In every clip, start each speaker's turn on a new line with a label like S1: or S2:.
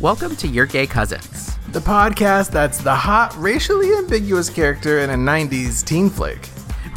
S1: Welcome to Your Gay Cousins.
S2: The podcast that's the hot, racially ambiguous character in a 90s teen flick.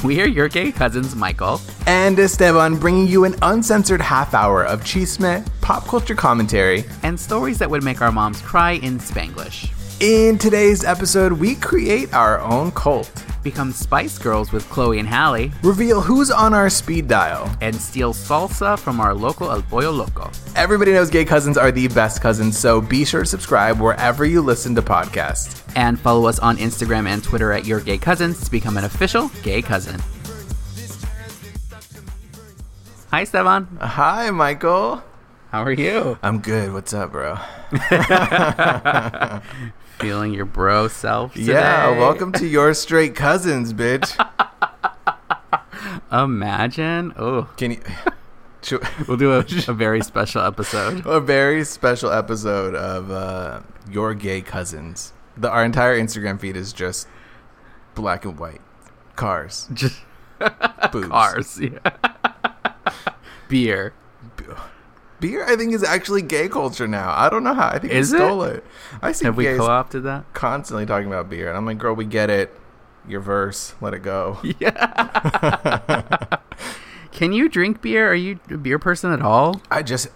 S1: We are Your Gay Cousins, Michael.
S2: And Esteban bringing you an uncensored half hour of chisme, pop culture commentary.
S1: and stories that would make our moms cry in Spanglish.
S2: In today's episode, we create our own cult,
S1: Become Spice Girls with Chloe and Hallie,
S2: reveal who's on our speed dial.
S1: and steal salsa from our local El Pollo Loco.
S2: Everybody knows gay cousins are the best cousins, so be sure to subscribe wherever you listen to podcasts.
S1: And follow us on Instagram and Twitter at Your Gay Cousins to become an official gay cousin. Hi, Esteban.
S2: Hi, Michael.
S1: How are you?
S2: I'm good. What's up, bro?
S1: Feeling your bro self today.
S2: Yeah, welcome to your straight cousins, bitch.
S1: Imagine. Oh,
S2: Can you? Should-
S1: we'll do a, a very special episode.
S2: a very special episode of uh, your gay cousins. The, our entire Instagram feed is just black and white cars,
S1: Just
S2: boobs,
S1: ours. Beer.
S2: beer. I think is actually gay culture now. I don't know how. I think
S1: Is
S2: we
S1: it?
S2: stole it? I see
S1: Have we
S2: gays
S1: co opted that?
S2: constantly talking about beer, and I'm like, girl, we get it. Your verse, let it go.
S1: Yeah. Can you drink beer? Are you a beer person at all?
S2: I just,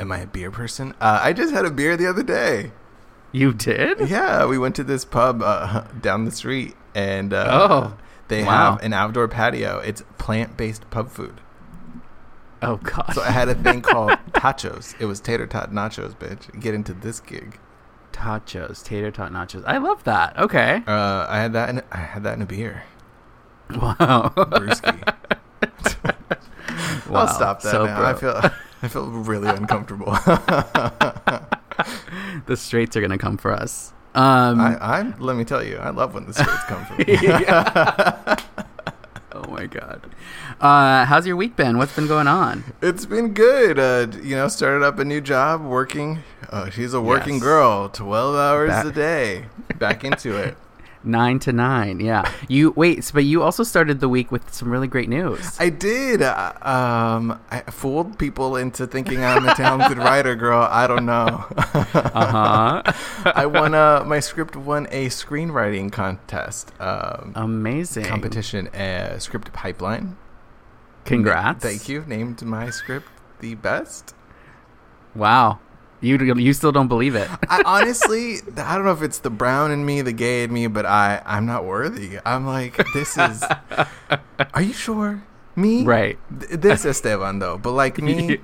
S2: am I a beer person? Uh, I just had a beer the other day.
S1: You did?
S2: Yeah, we went to this pub uh, down the street, and uh,
S1: Oh,
S2: they
S1: wow.
S2: have an outdoor patio. It's plant-based pub food.
S1: Oh god.
S2: So I had a thing called tachos. It was tater tot nachos, bitch. Get into this gig.
S1: Tachos, tater tot nachos. I love that. Okay.
S2: Uh, I had that. In, I had that in a beer.
S1: Wow.
S2: Brewski.
S1: Wow.
S2: I'll stop that
S1: So Um,
S2: now.
S1: bro-
S2: I feel. I feel really uncomfortable.
S1: the straights are gonna come for us. Um
S2: I, I'm. Let me tell you, I love when the states come from. me.
S1: Oh my god. Uh how's your week been? What's been going on?
S2: It's been good. Uh, you know, started up a new job, working. Uh, she's a working
S1: Yes.
S2: girl, twelve hours
S1: Back-
S2: a day. Back into it.
S1: Nine to nine, yeah. You wait, s- but you also started the week with some really great news.
S2: I did. Uh, um, I fooled people into thinking I'm a talented writer, girl. I don't know.
S1: Uh huh.
S2: I won a my script won a screenwriting contest um,
S1: Amazing.
S2: competition uh, script pipeline.
S1: Congrats.
S2: Thank you. Named my script the best.
S1: Wow. You you still don't believe it.
S2: I honestly, I don't know if it's the brown in me, the gay in me, but I I'm not worthy. I'm like this is. Are you sure? Me?
S1: Right.
S2: Th- this Esteban though, but like me.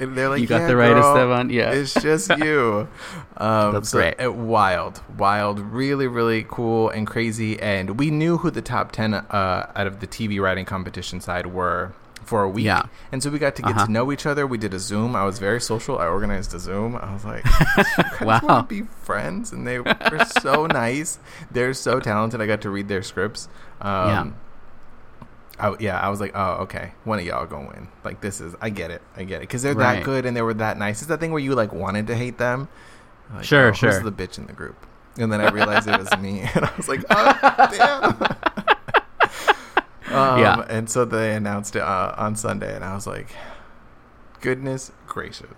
S2: And they're like,
S1: You got
S2: "Yeah,
S1: the right,
S2: girl,
S1: Esteban." Yeah.
S2: it's just you. Um,
S1: That's
S2: so
S1: great.
S2: It, wild, wild, really, really cool and crazy. And we knew who the top ten uh, out of the TV writing competition side were for a week.
S1: Yeah.
S2: And so we got to get
S1: Uh-huh.
S2: to know each other. We did a Zoom. I was very social. I organized a Zoom. I was like, I just
S1: Wow.
S2: want to be friends. And they were so nice. They're so talented. I got to read their scripts. Um, I, yeah, I was like, oh, okay, one of y'all gonna win. Like this is, I get it, I get it, because they're
S1: Right.
S2: that good and they were that nice. It's that thing where you like wanted to hate them. Like,
S1: Sure,
S2: oh,
S1: sure.
S2: Who's the bitch in the group? And then I realized it was me, and I was like, oh damn. um,
S1: Yeah.
S2: And so they announced it uh, on Sunday, and I was like, goodness gracious.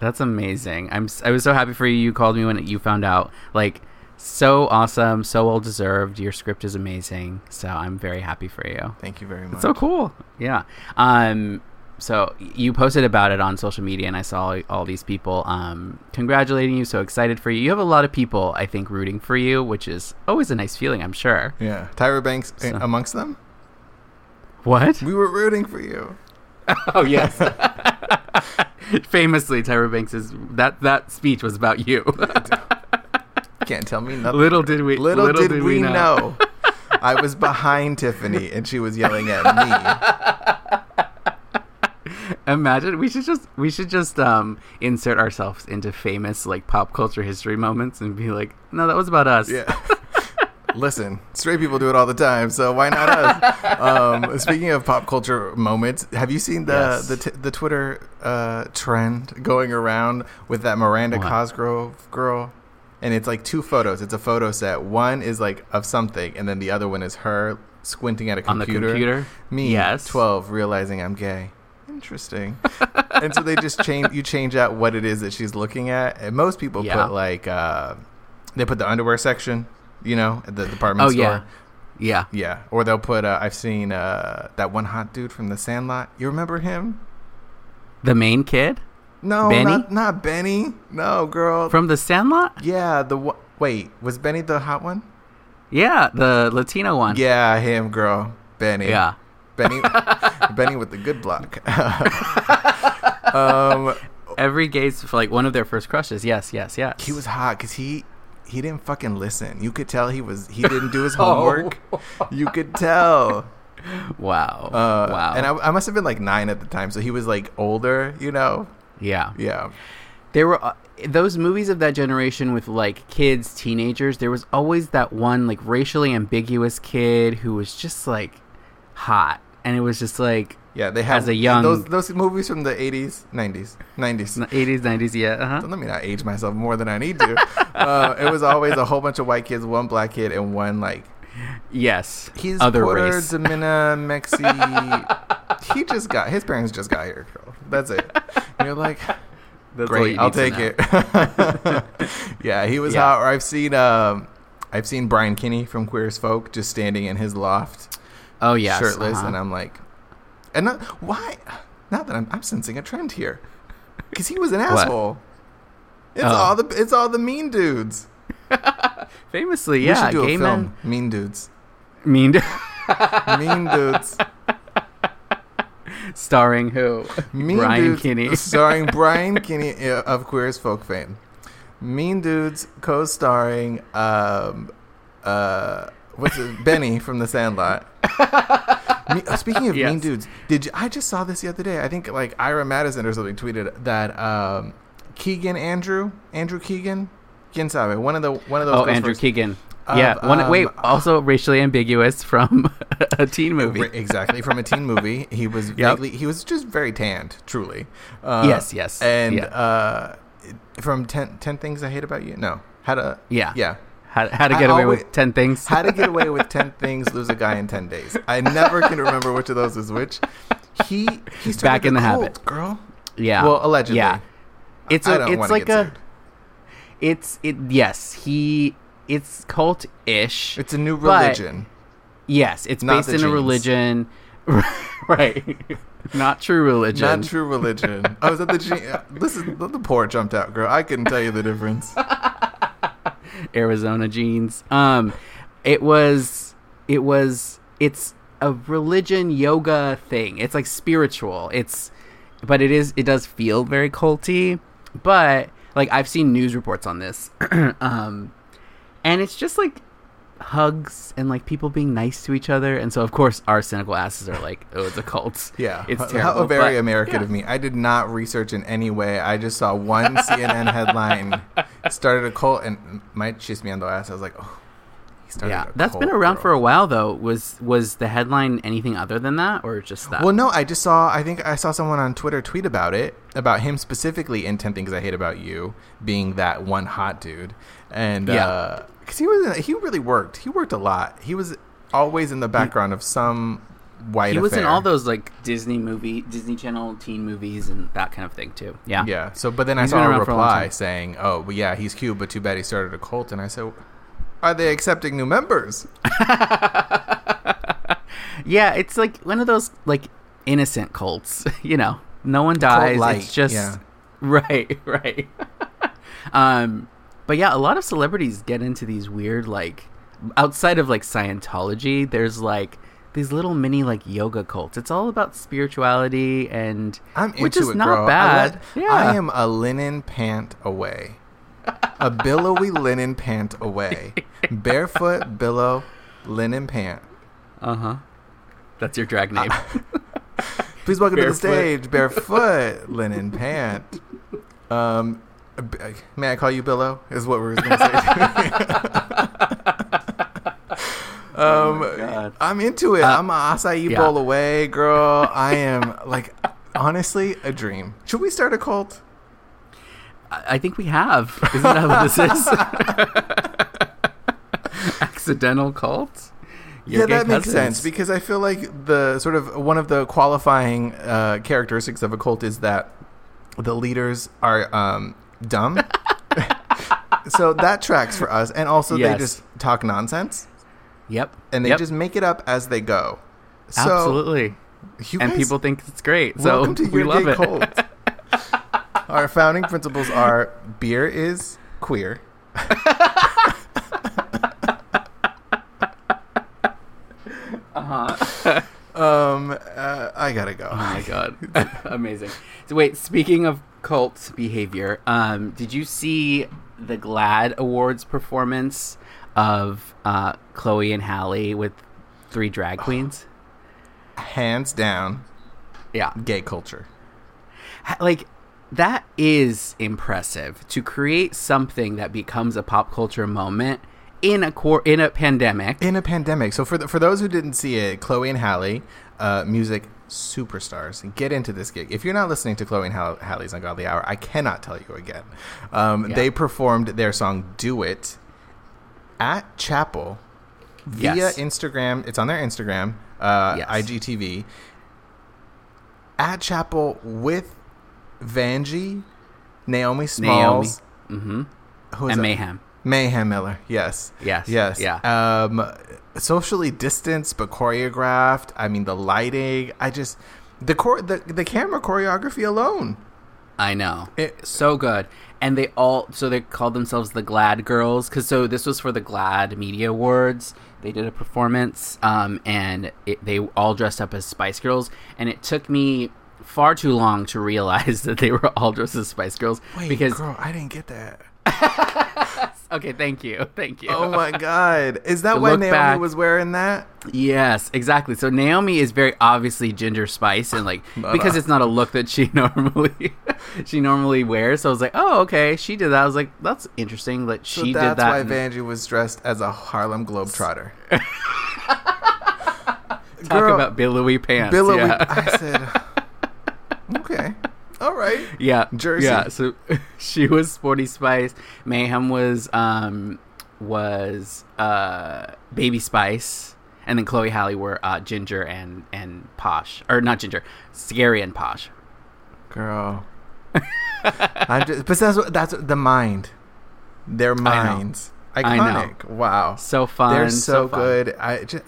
S1: That's amazing. I'm s- I was so happy for you. You called me when you found out. Like so awesome, so well deserved. Your script is amazing. So I'm very happy for you.
S2: Thank you very much.
S1: It's so cool. Yeah. Um so y- you posted about it on social media and I saw all these people um congratulating you, so excited for you. You have a lot of people I think rooting for you, which is always a nice feeling, I'm sure.
S2: Yeah, Tyra Banks uh,
S1: So-
S2: amongst them.
S1: What?
S2: We were rooting for you.
S1: Oh yes. Famously, Tyra Banks is that that speech was about you.
S2: Can't tell me nothing.
S1: little did we
S2: Little, did, we, know. I was behind Tiffany and she was yelling at me.
S1: Imagine we should just we should just um insert ourselves into famous like pop culture history moments and be like, no, that was about us.
S2: Yeah. Listen, straight people do it all the time, so why not us? um, speaking of pop culture moments, have you seen the
S1: Yes.
S2: the, t- the Twitter uh, trend going around with that Miranda
S1: What?
S2: Cosgrove girl? And it's like two photos. It's a photo set. One is like of something, and then the other one is her squinting at a
S1: On the
S2: computer.
S1: computer?
S2: Me,
S1: Yes.
S2: twelve, realizing I'm gay. Interesting. and so they just change you change out what it is that she's looking at. And most people
S1: Yeah.
S2: put like uh, they put the underwear section, you know, at the department
S1: oh
S2: store.
S1: yeah, yeah.
S2: Yeah, or they'll put. Uh, I've seen uh, that one hot dude from The Sandlot. You remember him?
S1: The main kid
S2: No,
S1: Benny?
S2: not not Benny. No, girl.
S1: from The Sandlot.
S2: yeah, the wa- wait was Benny the hot one?
S1: Yeah, the Latino one.
S2: Yeah, him, girl. Benny.
S1: yeah.
S2: Benny. Benny with the good block. um,
S1: Every gay's like one of their first crushes. Yes, yes, yes.
S2: he was hot because he he didn't fucking listen. You could tell he was he didn't do his
S1: Oh.
S2: homework. You could tell.
S1: wow,
S2: Uh,
S1: wow.
S2: And I, I must have been like nine at the time, so he was like older. You know.
S1: yeah,
S2: Yeah.
S1: there were uh, those movies of that generation with like kids, teenagers. There was always that one like racially ambiguous kid who was just like hot, and it was just like
S2: Yeah, they have
S1: As a young-
S2: those those movies from the eighties, nineties, nineties.
S1: eighties, nineties. Yeah, uh-huh.
S2: Let me not age myself more than I need to. uh, it was always a whole bunch of white kids, one black kid, and one like
S1: yes.
S2: he's
S1: other
S2: Puerto
S1: race.
S2: Domina Mexi. he just got his parents just got here, girl. That's it. And you're like,
S1: That's all
S2: great,
S1: you
S2: I'll
S1: need to
S2: take
S1: know.
S2: it. yeah, he was
S1: Yeah.
S2: hot. Or I've seen um, I've seen Brian Kinney from Queer as Folk just standing in his loft
S1: Oh yes,
S2: shirtless,
S1: uh-huh.
S2: and I'm like, and not, why? Now that I'm, I'm sensing a trend here, because he was an asshole. It's
S1: Oh.
S2: all the it's all the mean dudes.
S1: famously, yeah,
S2: we should do
S1: gay
S2: a
S1: men-
S2: film. Mean dudes.
S1: mean
S2: Mean dudes.
S1: starring who?
S2: Mean
S1: Brian
S2: dudes.
S1: Kinney.
S2: starring Brian Kinney uh, of Queer as Folk fame. Mean dudes co-starring um uh what's it, Benny from The Sandlot. Me- uh, Speaking of mean
S1: Yes.
S2: dudes, did you, I just saw this the other day? I think like Ira Madison or something tweeted that um, Keegan Andrew Andrew Keegan. Quién sabe? One of the one of those.
S1: Oh,
S2: goes
S1: Andrew
S2: first.
S1: Keegan.
S2: Of,
S1: yeah, one, wait,
S2: um,
S1: also racially ambiguous from a teen movie.
S2: Ri- exactly from a teen movie. He was
S1: Yep.
S2: vaguely, he was just very tanned, truly. Uh,
S1: Yes, yes,
S2: and
S1: yeah.
S2: uh, it- from 10, 10 things I hate about you. No, how to
S1: Yeah.
S2: yeah,
S1: How, how to
S2: I
S1: get away
S2: always-
S1: with 10 things.
S2: how to get away with ten things, lose a guy in ten days. I never can remember which of those was which. He he's starting
S1: Back in
S2: to
S1: the
S2: cult,
S1: habit.
S2: girl.
S1: yeah.
S2: Well, allegedly.
S1: Yeah. It's
S2: I
S1: a,
S2: don't
S1: it's
S2: wanna
S1: like
S2: get
S1: a,
S2: sued.
S1: it's, it, yes, he, it's cult ish.
S2: It's a new religion.
S1: Yes, it's
S2: Not
S1: based
S2: the
S1: in a
S2: genes.
S1: religion. right. Not true religion.
S2: Not true religion. I was at the G- this is the, the poor jumped out girl. I couldn't tell you the difference.
S1: Arizona jeans. Um, it was, it was, it's a religion yoga thing. It's like spiritual. It's, but it is, it does feel very culty. But like I've seen news reports on this, um, and it's just like hugs and like people being nice to each other. And so of course our cynical asses are like, oh, it's a cult.
S2: Yeah,
S1: it's
S2: H-
S1: terrible.
S2: How very
S1: but-
S2: American
S1: yeah.
S2: of me. I did not research in any way. I just saw one CNN headline, started a cult, and my chismeando ass. I was like, oh, he started.
S1: Yeah,
S2: a
S1: that's been
S2: cult,
S1: around
S2: girl.
S1: for a while though. Was was the headline anything other than that, or just that?
S2: Well, no, I just saw. I think I saw someone on Twitter tweet about it, about him specifically in Ten Things I Hate About You being that one hot dude, and
S1: Yeah.
S2: because he was he really worked. He worked a lot. He was always in the background of some white.
S1: he was in
S2: affair.
S1: all those like Disney movie, Disney Channel teen movies, and that kind of thing too. Yeah,
S2: Yeah. So, but then I
S1: He's
S2: saw
S1: been
S2: a
S1: around for a long
S2: reply
S1: time.
S2: saying, "Oh, well, yeah, he's cute, but too bad he started a cult." And I said, "Are they accepting new members?"
S1: Yeah, It's like one of those like innocent cults. You know, no one dies.
S2: light,
S1: It's just
S2: yeah.
S1: right, right. um, but yeah, a lot of celebrities get into these weird like outside of like Scientology. There's like these little mini like yoga cults. It's all about spirituality and
S2: I'm into
S1: which is
S2: it,
S1: not
S2: girl.
S1: bad.
S2: I,
S1: yeah,
S2: let- I am a linen pant away, a billowy linen pant away, barefoot billow linen pant.
S1: Uh huh. That's your drag name.
S2: Please welcome
S1: Barefoot.
S2: to the stage, barefoot linen pant. Um, b- may I call you Billow? Is what we're going to say. um,
S1: Oh God.
S2: I'm into it.
S1: Uh,
S2: I'm a acai
S1: yeah.
S2: bowl away, girl. I am like, honestly, a dream. Should we start a cult?
S1: I I think we have. Isn't that what this is? Accidental cult. Your
S2: yeah,
S1: gay
S2: that makes
S1: cousins.
S2: sense because I feel like the sort of one of the qualifying uh, characteristics of a cult is that the leaders are um, dumb. so that tracks for us. And also,
S1: Yes.
S2: they just talk nonsense
S1: Yep.
S2: and they
S1: Yep.
S2: just make it up as they go. So,
S1: absolutely.
S2: you
S1: and
S2: guys-
S1: people think it's great. So
S2: welcome to
S1: we
S2: your
S1: love
S2: gay
S1: it.
S2: cult. Our founding principles are beer is queer.
S1: Uh-huh.
S2: Um, uh, I gotta go.
S1: Oh my god, amazing! So wait, speaking of cult behavior, um, did you see the GLAAD Awards performance of uh, Chloe and Halle with three drag queens?
S2: Hands down,
S1: Yeah,
S2: gay culture.
S1: Ha- like that is impressive to create something that becomes a pop culture moment in a cor- in a pandemic.
S2: in a pandemic. So for the, for those who didn't see it, Chloe and Halle, uh, music superstars, get into this gig. If you're not listening to Chloe and Hall- Halle's Ungodly Hour, I cannot tell you again. Um,
S1: Yeah.
S2: They performed their song "Do It" at Chapel via
S1: Yes.
S2: Instagram. It's on their Instagram, uh,
S1: Yes.
S2: IGTV, at Chapel with Vanjie, Naomi Smalls,
S1: hmm
S2: who
S1: and
S2: a-
S1: mayhem.
S2: Mayhem Miller. Yes.
S1: Yes,
S2: Yes.
S1: yeah.
S2: Um, socially distanced but choreographed. I mean, the lighting. I just the chor- the the camera choreography alone.
S1: I know.
S2: It-
S1: so good. And they all so they called themselves the Glad Girls cuz so this was for the Glad Media Awards. They did a performance um and it, they all dressed up as Spice Girls and it took me far too long to realize that they were all dressed as Spice Girls
S2: Wait,
S1: because
S2: girl, I didn't get that.
S1: okay, thank you. Thank you.
S2: Oh my god, is that
S1: The
S2: why
S1: look
S2: Naomi
S1: back.
S2: was wearing that?
S1: Yes, exactly. So Naomi is very obviously Ginger Spice, and like
S2: Not
S1: because
S2: a-
S1: it's not a look that she normally she normally wears. So I was like, oh, okay, she did that. I was like, that's interesting that
S2: So
S1: she did
S2: that's
S1: that.
S2: why
S1: and-
S2: Vanjie was dressed as a Harlem Globetrotter.
S1: Talk about billowy pants.
S2: billowy.
S1: Yeah.
S2: I said, okay, all right.
S1: yeah.
S2: Jersey.
S1: Yeah. So she was Sporty Spice. Mayhem was um was uh Baby Spice. And then Chloe Halle were uh, Ginger and, and Posh. Or not Ginger. Scary and Posh.
S2: girl. I'm just, but that's what, that's what- the mind, their minds,
S1: I know.
S2: iconic. Wow,
S1: So fun.
S2: they're so,
S1: fun.
S2: good. I just,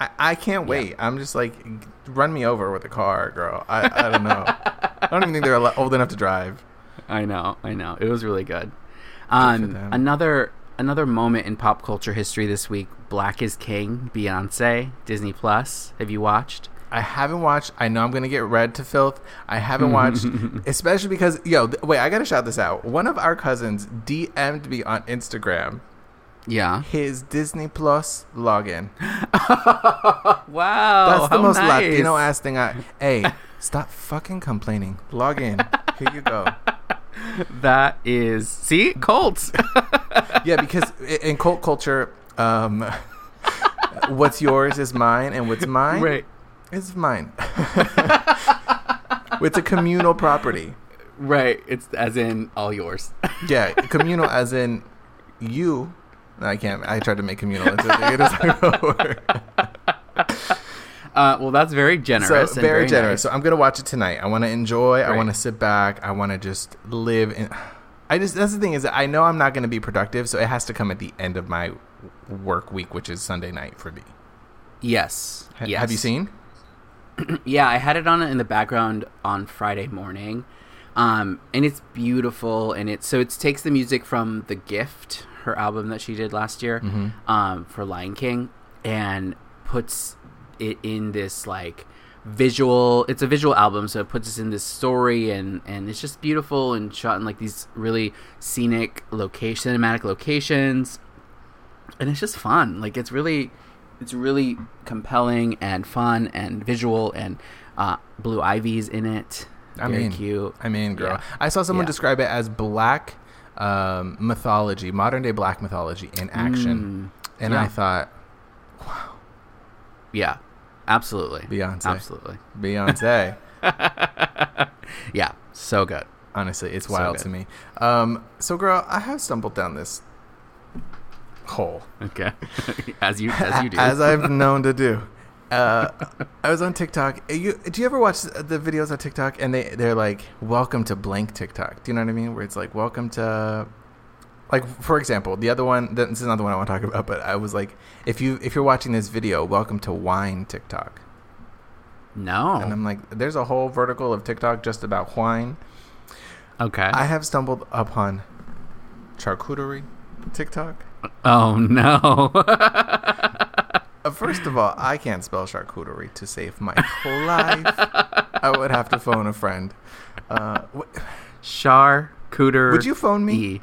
S2: I, I can't wait. I'm just like, run me over with a car, girl. I, I don't know. I don't even think they're al- old enough to drive.
S1: I know, I know. It was really good.
S2: for
S1: Um,
S2: them.
S1: another another moment in pop culture history this week. Black is King, Beyonce, Disney Plus. Have you watched?
S2: I haven't watched. I know I'm gonna get red to filth. I haven't watched, especially because yo, th- wait, I gotta shout this out. One of our cousins DM'd me on Instagram
S1: Yeah.
S2: his Disney Plus login.
S1: Wow.
S2: That's the
S1: Oh, how
S2: most
S1: nice.
S2: Latino ass thing I. Hey, stop fucking complaining. Log in. Here you go.
S1: That is see Colts.
S2: Yeah, because i- in cult culture, um, what's yours is mine, and what's mine
S1: right.
S2: is mine. it's a communal property.
S1: Right. It's as in all yours.
S2: Yeah, communal as in you. No, I can't. I tried to make communal into it. It doesn't work.
S1: Uh, well, that's very
S2: So
S1: generous. and
S2: very
S1: nice.
S2: generous. So I'm gonna watch it tonight. I want to enjoy. I
S1: Right.
S2: want to sit back. I want to just live. In, I just that's the thing is that I know I'm not gonna be productive, so it has to come at the end of my work week, which is Sunday night for me.
S1: Yes.
S2: Ha-
S1: yes.
S2: Have you seen?
S1: Yeah, I had it on in the background on Friday morning, um, and it's beautiful. And it so it takes the music from The Gift, her album that she did last year um, for Lion King, and puts it in this like visual. It's a visual album, so it puts us in this story, and and it's just beautiful and shot in like these really scenic location, cinematic locations and it's just fun. Like it's really, it's really compelling and fun and visual and uh, Blue Ivy's in it.
S2: I
S1: Very
S2: mean,
S1: cute.
S2: I mean, girl,
S1: Yeah.
S2: I saw someone
S1: Yeah.
S2: describe it as black um, mythology, modern day black mythology in action,
S1: Mm,
S2: and I
S1: Yeah.
S2: thought
S1: Yeah, absolutely.
S2: Beyonce.
S1: Absolutely.
S2: Beyonce.
S1: Yeah, so good.
S2: Honestly, it's
S1: So
S2: wild
S1: good.
S2: to me. Um, so, girl, I have stumbled down this hole.
S1: Okay, as you as you do.
S2: As I've known to do. uh, I was on TikTok. You, do you ever watch the videos on TikTok and they they're like, "Welcome to blank TikTok." Do you know what I mean? Where it's like, "Welcome to," like for example, the other one. This is not the one I want to talk about, but I was like, "If you if you're watching this video, welcome to wine TikTok."
S1: No.
S2: And I'm like, "There's a whole vertical of TikTok just about wine."
S1: Okay.
S2: I have stumbled upon charcuterie TikTok.
S1: Oh no.
S2: Uh, First of all, I can't spell charcuterie to save my life. I would have to phone a friend. Uh,
S1: wh- charcuterie.
S2: Would you phone me?
S1: E.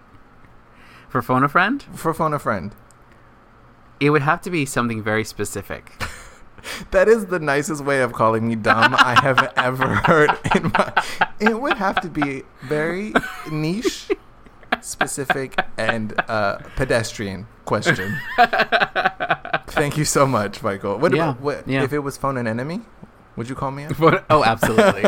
S1: For phone a friend?
S2: For phone a friend.
S1: It would have to be something very specific.
S2: that is the nicest way of calling me dumb I have ever heard in my it would have to be very niche specific and uh, pedestrian question. Thank you so much, Michael. What,
S1: Yeah,
S2: about, what
S1: yeah.
S2: if it was phone an enemy? Would you call me? up?
S1: oh, absolutely.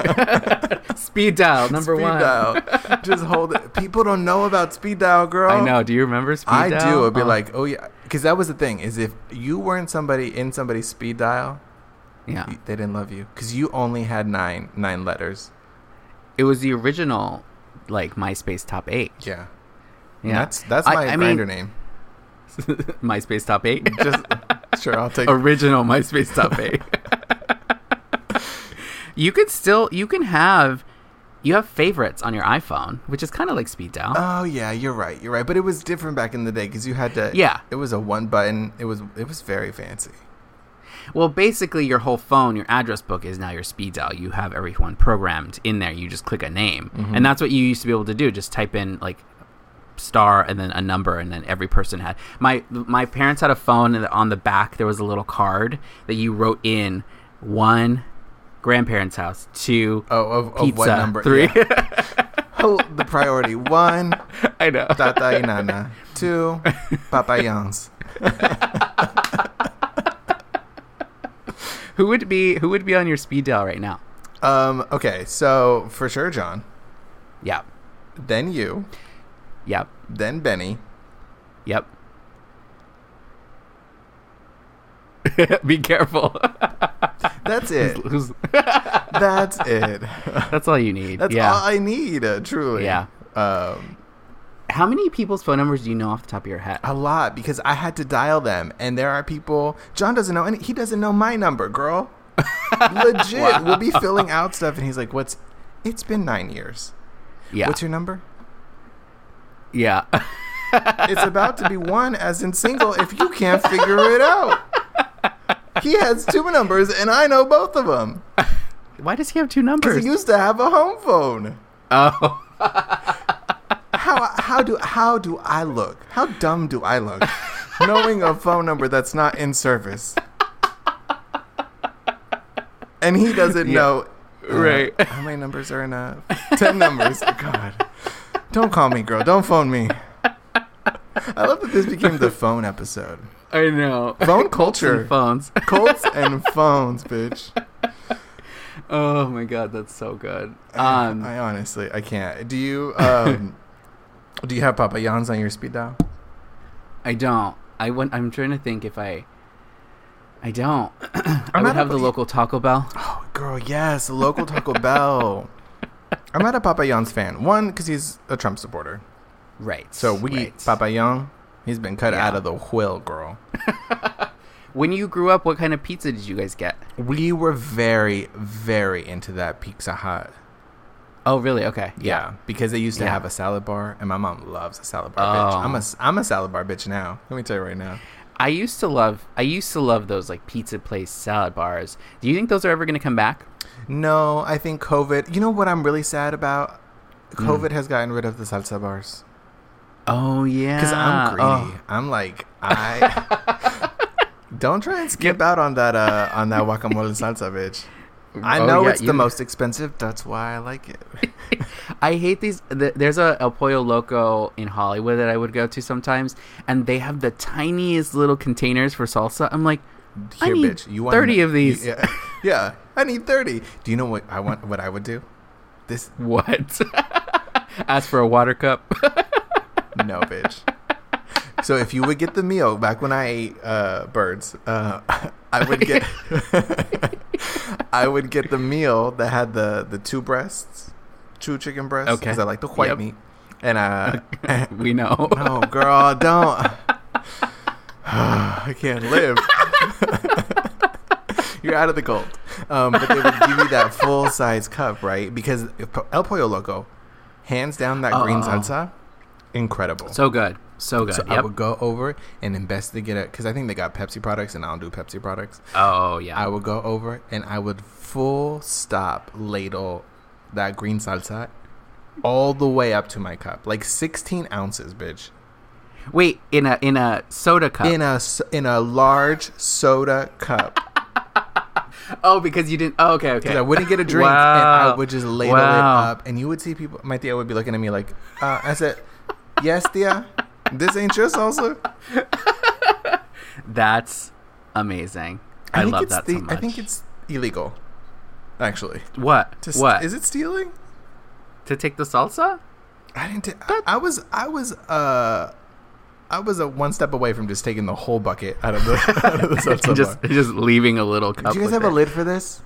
S1: speed dial number
S2: speed
S1: one.
S2: dial. Just hold it. People don't know about speed dial, girl.
S1: I know. Do you remember speed
S2: I
S1: dial?
S2: do. It'd be
S1: Oh,
S2: like, oh yeah, because that was the thing is if you weren't somebody in somebody's speed dial,
S1: yeah.
S2: they didn't love you because you only had nine nine letters.
S1: It was the original, like MySpace top eight.
S2: Yeah,
S1: Yeah,
S2: That's that's
S1: I-
S2: my
S1: I mean-
S2: grinder name.
S1: MySpace top eight.
S2: Just sure, I'll take.
S1: original MySpace top eight. you could still you can have you have favorites on your iPhone, which is kind of like speed dial.
S2: Oh yeah, you're right. You're right. But it was different back in the day because you had to.
S1: Yeah.
S2: It was a one button. It was it was very fancy.
S1: well, basically your whole phone, your address book is now your speed dial. You have everyone programmed in there. You just click a name,
S2: Mm-hmm.
S1: and that's what you used to be able to do. Just type in like star and then a number and then every person had my my parents had a phone and on the back there was a little card that you wrote in one grandparents house two
S2: Oh, of, of
S1: pizza
S2: what number?
S1: three
S2: Yeah. Oh, the priority one.
S1: i know
S2: Tata y Nana. Two. Papayons.
S1: Who would be who would be on your speed dial right now?
S2: Um. Okay. So for sure, John.
S1: Yep.
S2: Then you.
S1: Yep.
S2: Then Benny.
S1: Yep. be careful.
S2: That's it.
S1: Who's-
S2: That's it.
S1: That's all you need.
S2: That's
S1: yeah.
S2: all I need. Uh, truly.
S1: Yeah.
S2: Um.
S1: How many people's phone numbers do you know off the top of your head?
S2: a lot because I had to dial them, and there are people. John doesn't know any. He doesn't know my number, girl. Legit, we'll be filling out stuff, and he's like, "What's? It's been nine years.
S1: Yeah.
S2: What's your number?
S1: yeah.
S2: It's about to be one, as in single. If you can't figure it out, he has two numbers, and I know both of them.
S1: Why does he have two
S2: Because
S1: numbers?
S2: he used to have a home phone.
S1: oh.
S2: How how do how do I look? How dumb do I look? Knowing a phone number that's not in service. And he doesn't know uh,
S1: Right.
S2: how many numbers are in a ten numbers. God. Don't call me girl. Don't phone me. I love that this became the phone episode.
S1: I know.
S2: Phone
S1: Colts and
S2: culture.
S1: phones.
S2: Colts and phones, bitch.
S1: Oh my god, that's so good. Um
S2: I honestly I can't. Do you um do you have Papa Yans on your speed dial?
S1: I don't. I went I'm trying to think if I I don't. I
S2: I'm
S1: would
S2: not
S1: have the
S2: a-
S1: local Taco Bell.
S2: Oh, girl, yes, the local Taco Bell. I'm not a Papa Yon's fan. One, because he's a Trump supporter.
S1: Right.
S2: So we,
S1: right.
S2: Papa Yon, he's been cut
S1: Yeah.
S2: out of the wheel, girl.
S1: When you grew up, what kind of pizza did you guys get?
S2: We were very, very into that Pizza Hut.
S1: Oh, really? Okay.
S2: Yeah, because they used to
S1: Yeah.
S2: have a salad bar, and my mom loves a salad bar.
S1: Oh.
S2: Bitch. I'm a, I'm a salad bar bitch now. Let me tell you right now.
S1: I used to love I used to love those like pizza place salad bars. Do you think those are ever going to come back?
S2: No, I think COVID. You know what I'm really sad about?
S1: Hmm.
S2: COVID has gotten rid of the salsa bars.
S1: Oh yeah.
S2: Because I'm greedy.
S1: Oh.
S2: I'm like I. Don't try and skip out on that uh, on that guacamole salsa, bitch. I
S1: Oh,
S2: know
S1: yeah,
S2: it's
S1: you-
S2: the most expensive. That's why I like it.
S1: I hate these th- there's a El Pollo Loco in Hollywood that I would go to sometimes and they have the tiniest little containers for salsa. I'm like I
S2: Here,
S1: need
S2: bitch. You want
S1: 30 of these.
S2: Yeah, yeah. I need thirty. Do you know what I want? What I would do? This
S1: what? Ask for a water cup.
S2: no, bitch. So if you would get the meal back when I ate uh, birds, uh, I would get I would get the meal that had the the two breasts, two chicken breasts.
S1: Okay.
S2: because I like the white
S1: Yep.
S2: meat. And uh,
S1: we know.
S2: no, girl, don't. I can't live. You're out of the gold. Um, but they would give you that full size cup, right? Because El Pollo Loco, hands down, that green
S1: Uh-oh.
S2: salsa, incredible.
S1: So good. So good.
S2: So I
S1: yep.
S2: would go over and investigate it because I think they got Pepsi products, and I don't do Pepsi products.
S1: oh yeah.
S2: I would go over and I would full stop ladle that green salsa all the way up to my cup, like 16 ounces, bitch,
S1: Wait, in a in a soda cup.
S2: in a s- in a large soda cup.
S1: oh, because you didn't. Oh, okay, okay.
S2: Because I wouldn't get a drink, and I
S1: Wow.
S2: would just ladle
S1: Wow.
S2: it up, and you would see people. My tia would be looking at me like, uh, I said, "Yes, tia, this ain't your salsa."
S1: That's amazing. I,
S2: think
S1: love
S2: it's
S1: that
S2: the,
S1: so much.
S2: I think it's illegal, actually.
S1: what?
S2: To st-
S1: what?
S2: is it stealing?
S1: to take the salsa?
S2: I didn't. ta- I I was. I was. Uh, I was a one step away from just taking the whole bucket out of the. Out of the salsa
S1: and just
S2: bar.
S1: just leaving a little cup.
S2: Do you guys
S1: with
S2: have
S1: it.
S2: a lid for this?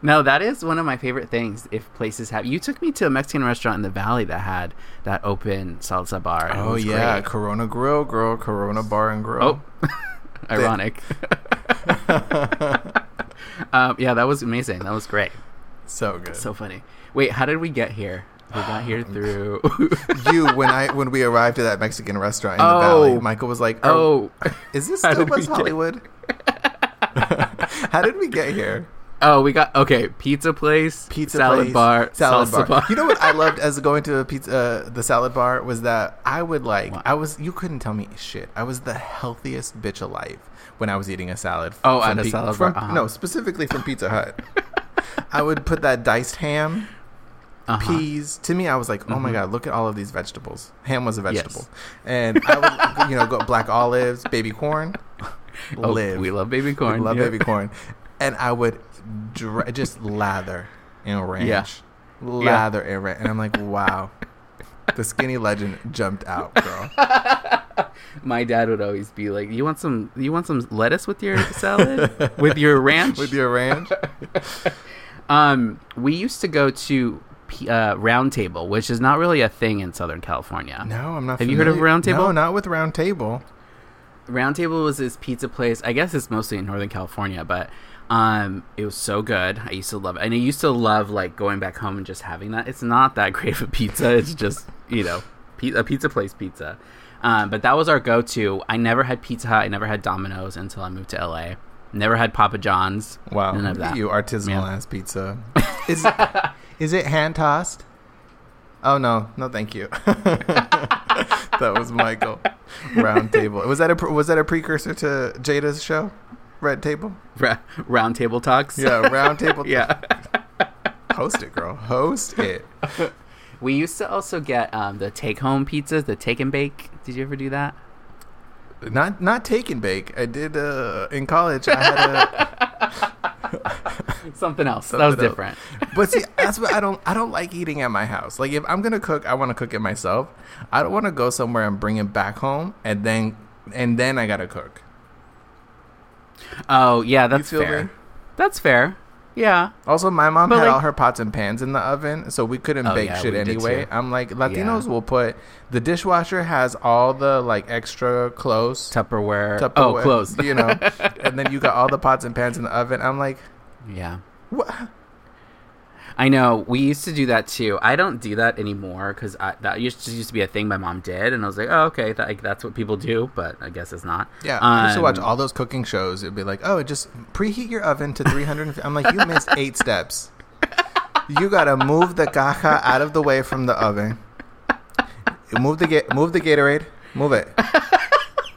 S1: No, that is one of my favorite things. If places have, you took me to a Mexican restaurant in the valley that had that open salsa bar. and it
S2: Oh
S1: was
S2: yeah,
S1: great.
S2: Corona Grill, girl, Corona Bar and Grill.
S1: Oh, ironic. um, yeah, that was amazing. That was great.
S2: so good.
S1: So funny. Wait, how did we get here? We got here through.
S2: you when I when we arrived at that Mexican restaurant in
S1: Oh.
S2: the valley, Michael was like, "Oh,
S1: oh,
S2: is this
S1: How
S2: still
S1: did we
S2: West
S1: get-
S2: Hollywood?" How did we get here?
S1: oh, we got okay. Pizza place,
S2: pizza
S1: salad
S2: place,
S1: bar,
S2: salad
S1: salsa
S2: bar.
S1: bar.
S2: You know what I loved as going to the pizza, uh, the salad bar was that I would like I was you couldn't tell me shit. I was the healthiest bitch alive when I was eating a salad.
S1: Oh,
S2: from
S1: at a salad
S2: from-
S1: bar, uh-huh.
S2: No, specifically from Pizza Hut. I would put that diced ham,
S1: Uh-huh. Mm-hmm.
S2: peas. To me, I was like, oh my god, look at all of these vegetables. Ham was a vegetable, and I would you know go black olives, baby corn.
S1: Oh,
S2: live.
S1: we love baby
S2: I
S1: corn.
S2: love
S1: yeah.
S2: baby corn. And I would dra- just lather in ranch.
S1: Yeah.
S2: Lather in ranch. And I'm like, wow. the skinny legend jumped out, girl.
S1: My dad would always be like, "You want some? You want some lettuce with your salad? with your ranch?
S2: With your ranch.
S1: Um, we used to go to P- uh, Round Table, which is not really a thing in Southern California.
S2: No, I'm not
S1: Have you heard of
S2: familiar-
S1: Round Table?
S2: No, not with Round Table.
S1: Round Table was this pizza place. I guess it's mostly in Northern California, but um, it was so good. I used to love it, and I used to love like going back home and just having that. It's not that great of a pizza. It's just you know, pi- a pizza place pizza. Um, but that was our go-to. I never had Pizza Hut. I never had Domino's until I moved to LA. Never had Papa John's.
S2: Wow.
S1: None of
S2: Look at
S1: that.
S2: You artisanal
S1: Yeah.
S2: ass pizza. Is, is it hand tossed? Oh, no. No, thank you. that was Michael. Round Table. Was that a, pre- was that a precursor to Jada's show? Red Table?
S1: Ra- round Table talks.
S2: Yeah, Round Table.
S1: yeah.
S2: Host it, girl. Host it.
S1: We used to also get um, the take-home pizzas, the take and bake. Did you ever do that?
S2: Not not take and bake. I did uh, in college. I had a,
S1: Something else. that was
S2: Something else.
S1: different.
S2: but see, that's what I don't. I don't like eating at my house. Like if I'm gonna cook, I want to cook it myself. I don't want to go somewhere and bring it back home and then and then I gotta cook.
S1: Oh yeah, that's
S2: feel
S1: fair.
S2: me?
S1: That's fair. Yeah.
S2: Also, my mom
S1: But,
S2: had
S1: like-
S2: all her pots and pans in the oven, so we couldn't
S1: Oh,
S2: bake
S1: yeah,
S2: shit
S1: we did
S2: anyway.
S1: too.
S2: I'm like, Latinos will put the dishwasher has all the like extra clothes.
S1: Tupperware. Oh,
S2: Tupperware,
S1: close.
S2: You know, and then you got all the pots and pans in the oven. I'm like,
S1: yeah.
S2: what?
S1: I know. We used to do that too. I don't do that anymore because that used to, used to be a thing my mom did, and I was like, oh okay, that, like, that's what people do, but I guess it's not.
S2: Yeah, I used to
S1: Um,
S2: watch all those cooking shows. It'd be like, oh, just preheat your oven to 350. I'm like, you missed eight steps. You gotta move the caja out of the way from the oven. Move the ga- move the Gatorade. Move it.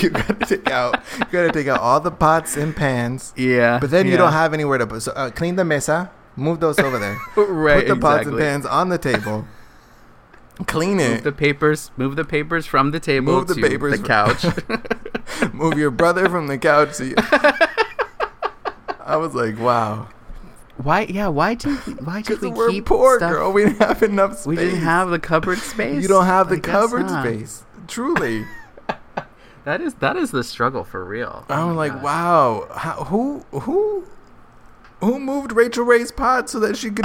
S2: you gotta take out. You gotta take out all the pots and pans.
S1: Yeah.
S2: But then you
S1: yeah.
S2: don't have anywhere to put. So, uh, clean the mesa. Move those over there.
S1: right.
S2: put the pots and
S1: exactly.
S2: pans on the table. Clean
S1: Move
S2: it.
S1: the papers. Move the papers from the table
S2: Move the
S1: to the
S2: papers fr-
S1: couch.
S2: move your brother from the couch. To you. I was like, wow.
S1: Why? Yeah. Why did we, Why did we
S2: we're
S1: keep
S2: poor,
S1: stuff?
S2: girl. We didn't have enough space.
S1: We didn't have the cupboard space.
S2: You don't have the
S1: I guess
S2: cupboard
S1: not.
S2: space. Truly,
S1: That is that is the struggle for real. Oh
S2: I'm
S1: my
S2: like,
S1: gosh.
S2: wow. How, who who who moved Rachel Ray's pot so that she could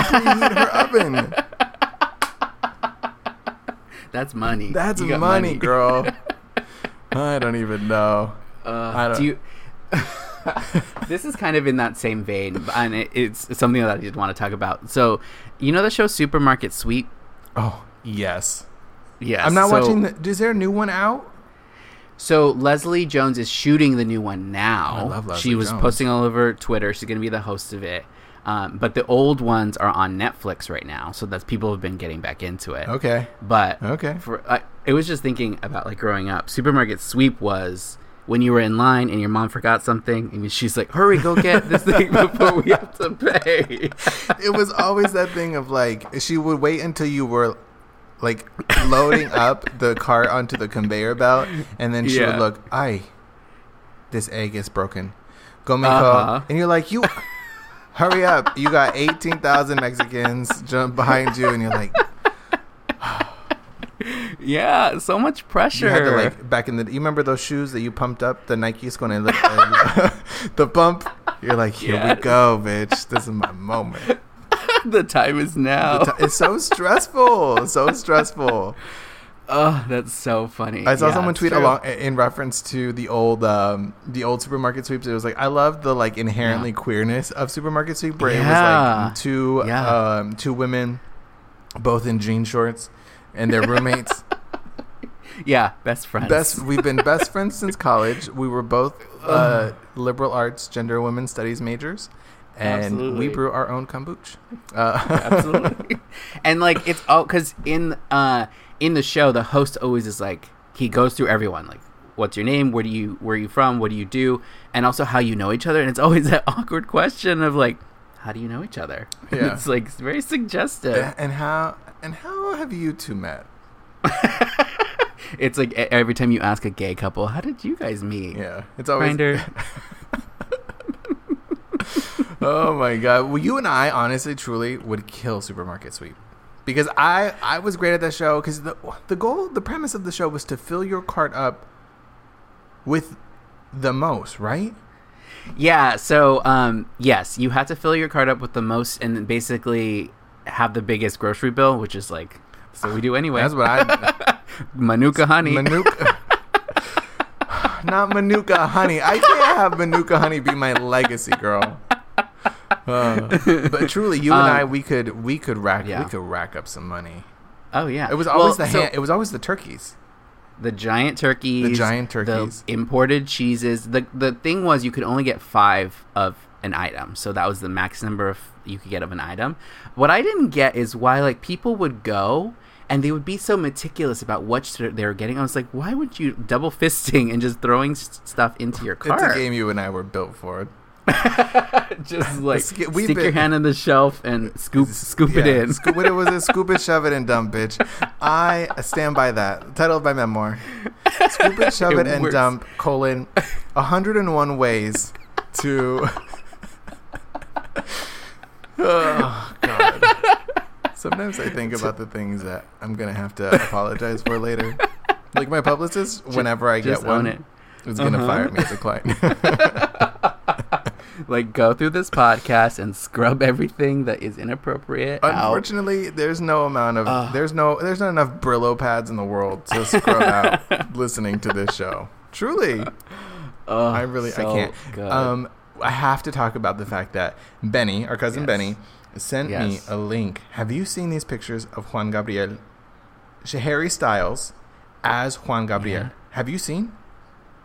S2: preheat her oven?
S1: That's money.
S2: That's
S1: You got
S2: money, girl. I don't even know.
S1: Uh,
S2: I don't-
S1: do you? this is kind of in that same vein, but- and it, it's something that I did want to talk about. So, you know the show Supermarket Sweep?
S2: Oh yes,
S1: Yes.
S2: I'm not
S1: so-
S2: watching. The, is there a new one out?
S1: So Leslie Jones is shooting the new one now.
S2: I love Leslie
S1: she was
S2: Jones.
S1: posting all over Twitter. She's going to be the host of it. Um, but the old ones are on Netflix right now, so that's people have been getting back into it.
S2: Okay,
S1: But
S2: okay.
S1: for I, it was just thinking about like growing up. Supermarket sweep was when you were in line and your mom forgot something, and she's like, "Hurry, go get this thing before we have to pay."
S2: it was always that thing of like she would wait until you were like loading up the cart onto the conveyor belt and then she
S1: Yeah.
S2: would look i this egg is broken go make
S1: Uh-huh.
S2: and you're like you hurry up you got 18000 mexicans jump behind you and you're like
S1: yeah, so much pressure.
S2: you had to like back in the you remember those shoes that you pumped up the nikes going to the, uh, the pump you're like here
S1: Yes.
S2: we go bitch this is my moment
S1: the time is now.
S2: it's so stressful so stressful
S1: oh, that's so funny.
S2: I saw
S1: Yeah,
S2: someone
S1: it's
S2: tweet
S1: true.
S2: along in reference to the old um, the old supermarket sweeps. It was like I love the like inherently queerness of supermarket sweep, where it was
S1: Yeah.
S2: like two
S1: Yeah.
S2: um, two women, both in jean shorts, and their roommates.
S1: Yeah, best friends.
S2: best we've been best friends since college. We were both uh, liberal arts, gender, women studies majors, and
S1: Absolutely.
S2: we brew our own kombucha. Uh,
S1: absolutely. and like it's all because in uh in the show the host always is like he goes through everyone like what's your name where do you where are you from what do you do and also how you know each other and it's always that awkward question of like how do you know each other And
S2: Yeah.
S1: it's like very suggestive
S2: Uh, and how and how have you two met?
S1: it's like e- every time you ask a gay couple how did you guys meet
S2: Yeah, it's always
S1: Grinder.
S2: oh my god well you and i honestly truly would kill supermarket sweep because i i was great at that show because the, the goal the premise of the show was to fill your cart up with the most right
S1: Yeah, so um, yes, you have to fill your card up with the most and then basically have the biggest grocery bill, which is like so we do anyway.
S2: that's what i
S1: Manuka honey.
S2: manuka not manuka honey i can't have manuka honey be my legacy girl Uh, but truly you and
S1: Um,
S2: i we could we could rack
S1: yeah.
S2: we could rack up some money
S1: oh yeah.
S2: it was always
S1: Well,
S2: the
S1: so
S2: hand, it was always the turkeys
S1: the giant turkeys.
S2: The giant turkeys.
S1: The imported cheeses. The the thing was you could only get 5 of an item. So that was the max number of you could get of an item. What I didn't get is why like people would go and they would be so meticulous about what sh- they were getting. I was like, why would you double fisting and just throwing s- stuff into your cart?
S2: It's a game you and I were built for.
S1: just like
S2: Sk- we've
S1: stick your
S2: been-
S1: hand in the shelf and scoop scoop it
S2: Yeah,
S1: in.
S2: Scoop, what it was it? Scoop it, shove it, and dump, bitch. I stand by that. Title of my memoir. Scoop it, shove
S1: It
S2: it, and
S1: works.
S2: dump, colon, 101 ways to... oh, God. Sometimes I think about the things that I'm going to have to apologize for later. Like my publicist, whenever I get
S1: Just
S2: one,
S1: own
S2: is
S1: it.
S2: going to
S1: Uh-huh.
S2: fire me as a client.
S1: Like go through this podcast and scrub everything that is inappropriate out. Ah.
S2: Unfortunately, there's no amount of
S1: Ugh.
S2: there's no there's not enough Brillo pads in the world to scrub out listening to this show. Truly,
S1: Ugh,
S2: I really
S1: Ah, so
S2: I can't.
S1: good.
S2: Um, I have to talk about the fact that Benny, our cousin
S1: Yes.
S2: Benny, sent me
S1: Yes.
S2: a link. Have you seen these pictures of Juan Gabriel, Harry Styles, as Juan Gabriel?
S1: Yeah.
S2: Have you seen?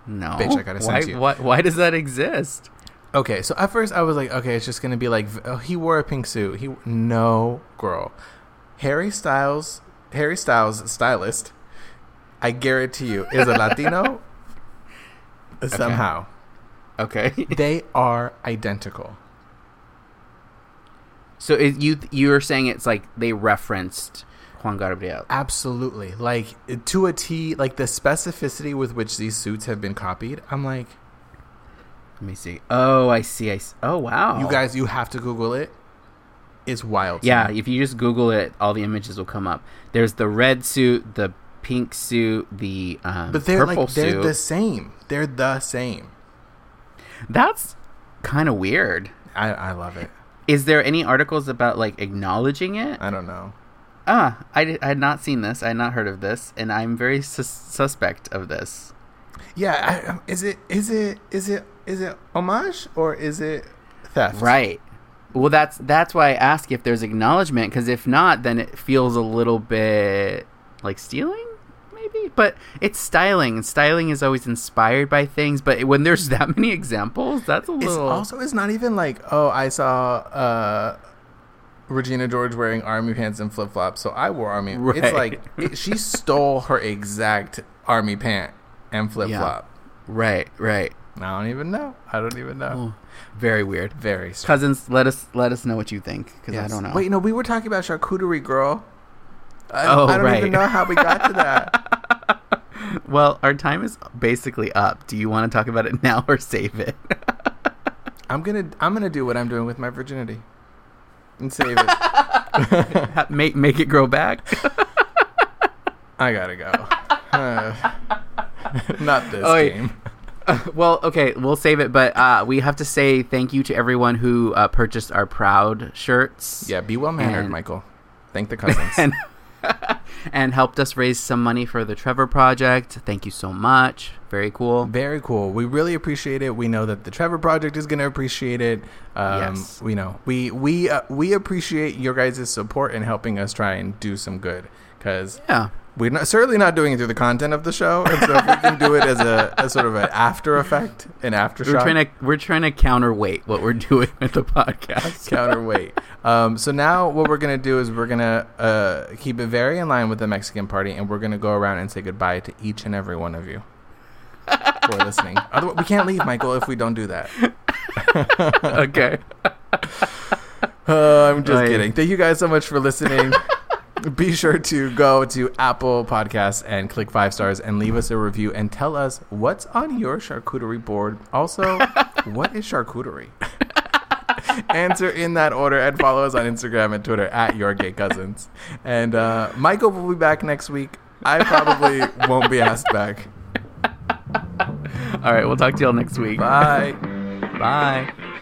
S1: no,
S2: bitch, I gotta send
S1: why,
S2: to you.
S1: Why, why does that exist?
S2: Okay, so at first I was like, okay, it's just gonna be like oh, he wore a pink suit. He no girl, Harry Styles, Harry Styles stylist. I guarantee you is a Latino. Somehow
S1: Okay,
S2: they are identical.
S1: so it, you you were saying it's like they referenced Juan Gabriel.
S2: Absolutely, like to a T. Like the specificity with which these suits have been copied. I'm like,
S1: Let me see. Oh, I see. I see. oh wow.
S2: you guys, you have to Google it. It's wild.
S1: Yeah, if you just Google it, all the images will come up. There's the red suit, the pink suit, the um,
S2: But they're
S1: purple
S2: like they're
S1: suit.
S2: the same. They're the same.
S1: That's kind of weird.
S2: I, I love it.
S1: Is there any articles about like acknowledging it?
S2: I don't know.
S1: Ah, I, di- I had not seen this. I had not heard of this, and I'm very sus- suspect of this.
S2: Yeah, I, um, is it is it is it is it homage or is it theft?
S1: Right. Well, that's that's why I ask if there's acknowledgement, because if not, then it feels a little bit like stealing, maybe. But it's styling, and styling is always inspired by things. But when there's that many examples, that's a
S2: It's
S1: little.
S2: also it's not even like oh I saw uh, Regina George wearing army pants and flip flops, so I wore army. It's
S1: Right.
S2: like it, she stole her exact army pant and flip flop.
S1: right, right.
S2: I don't even know. I don't even know.
S1: Oh, very weird.
S2: Very strange.
S1: Cousins, let us let us know what you think, because I
S2: Yes.
S1: don't know.
S2: Wait, no, we were talking about charcuterie girl. I,
S1: Oh,
S2: I don't even
S1: right.
S2: know how we got to that.
S1: Well, our time is basically up. Do you want to talk about it now or save it?
S2: I'm gonna I'm gonna do what I'm doing with my virginity. And save it.
S1: make make it grow back.
S2: I gotta go. Uh, Not this
S1: Oi.
S2: game.
S1: well, okay, we'll save it, but uh, we have to say thank you to everyone who uh, purchased our proud shirts.
S2: Yeah, be well mannered,
S1: And-
S2: Michael. Thank the cousins.
S1: And and helped us raise some money for the Trevor Project. Thank you so much. Very cool.
S2: Very cool. We really appreciate it. We know that the Trevor Project is going to appreciate it. Um,
S1: Yes.
S2: We know we we uh, we appreciate your guys' support in helping us try and do some good because
S1: Yeah.
S2: we're not, certainly not doing it through the content of the show. And so if we can do it as a as sort of an after effect, an aftershock.
S1: We're trying to we're trying to counterweight what we're doing with the podcast.
S2: counterweight. Um, so now what we're gonna do is we're gonna uh, keep it very in line with the Mexican party, and we're gonna go around and say goodbye to each and every one of you for listening. Otherwise, we can't leave, Michael, if we don't do that.
S1: okay.
S2: Uh, I'm just
S1: Right.
S2: kidding. Thank you guys so much for listening. Be sure to go to Apple Podcasts and click five stars and leave us a review and tell us what's on your charcuterie board. Also, what is charcuterie? Answer in that order and follow us on Instagram and Twitter at Your Gay Cousins. And uh, Michael will be back next week. I probably won't be asked back.
S1: All right, we'll talk to y'all next week.
S2: Bye.
S1: Bye.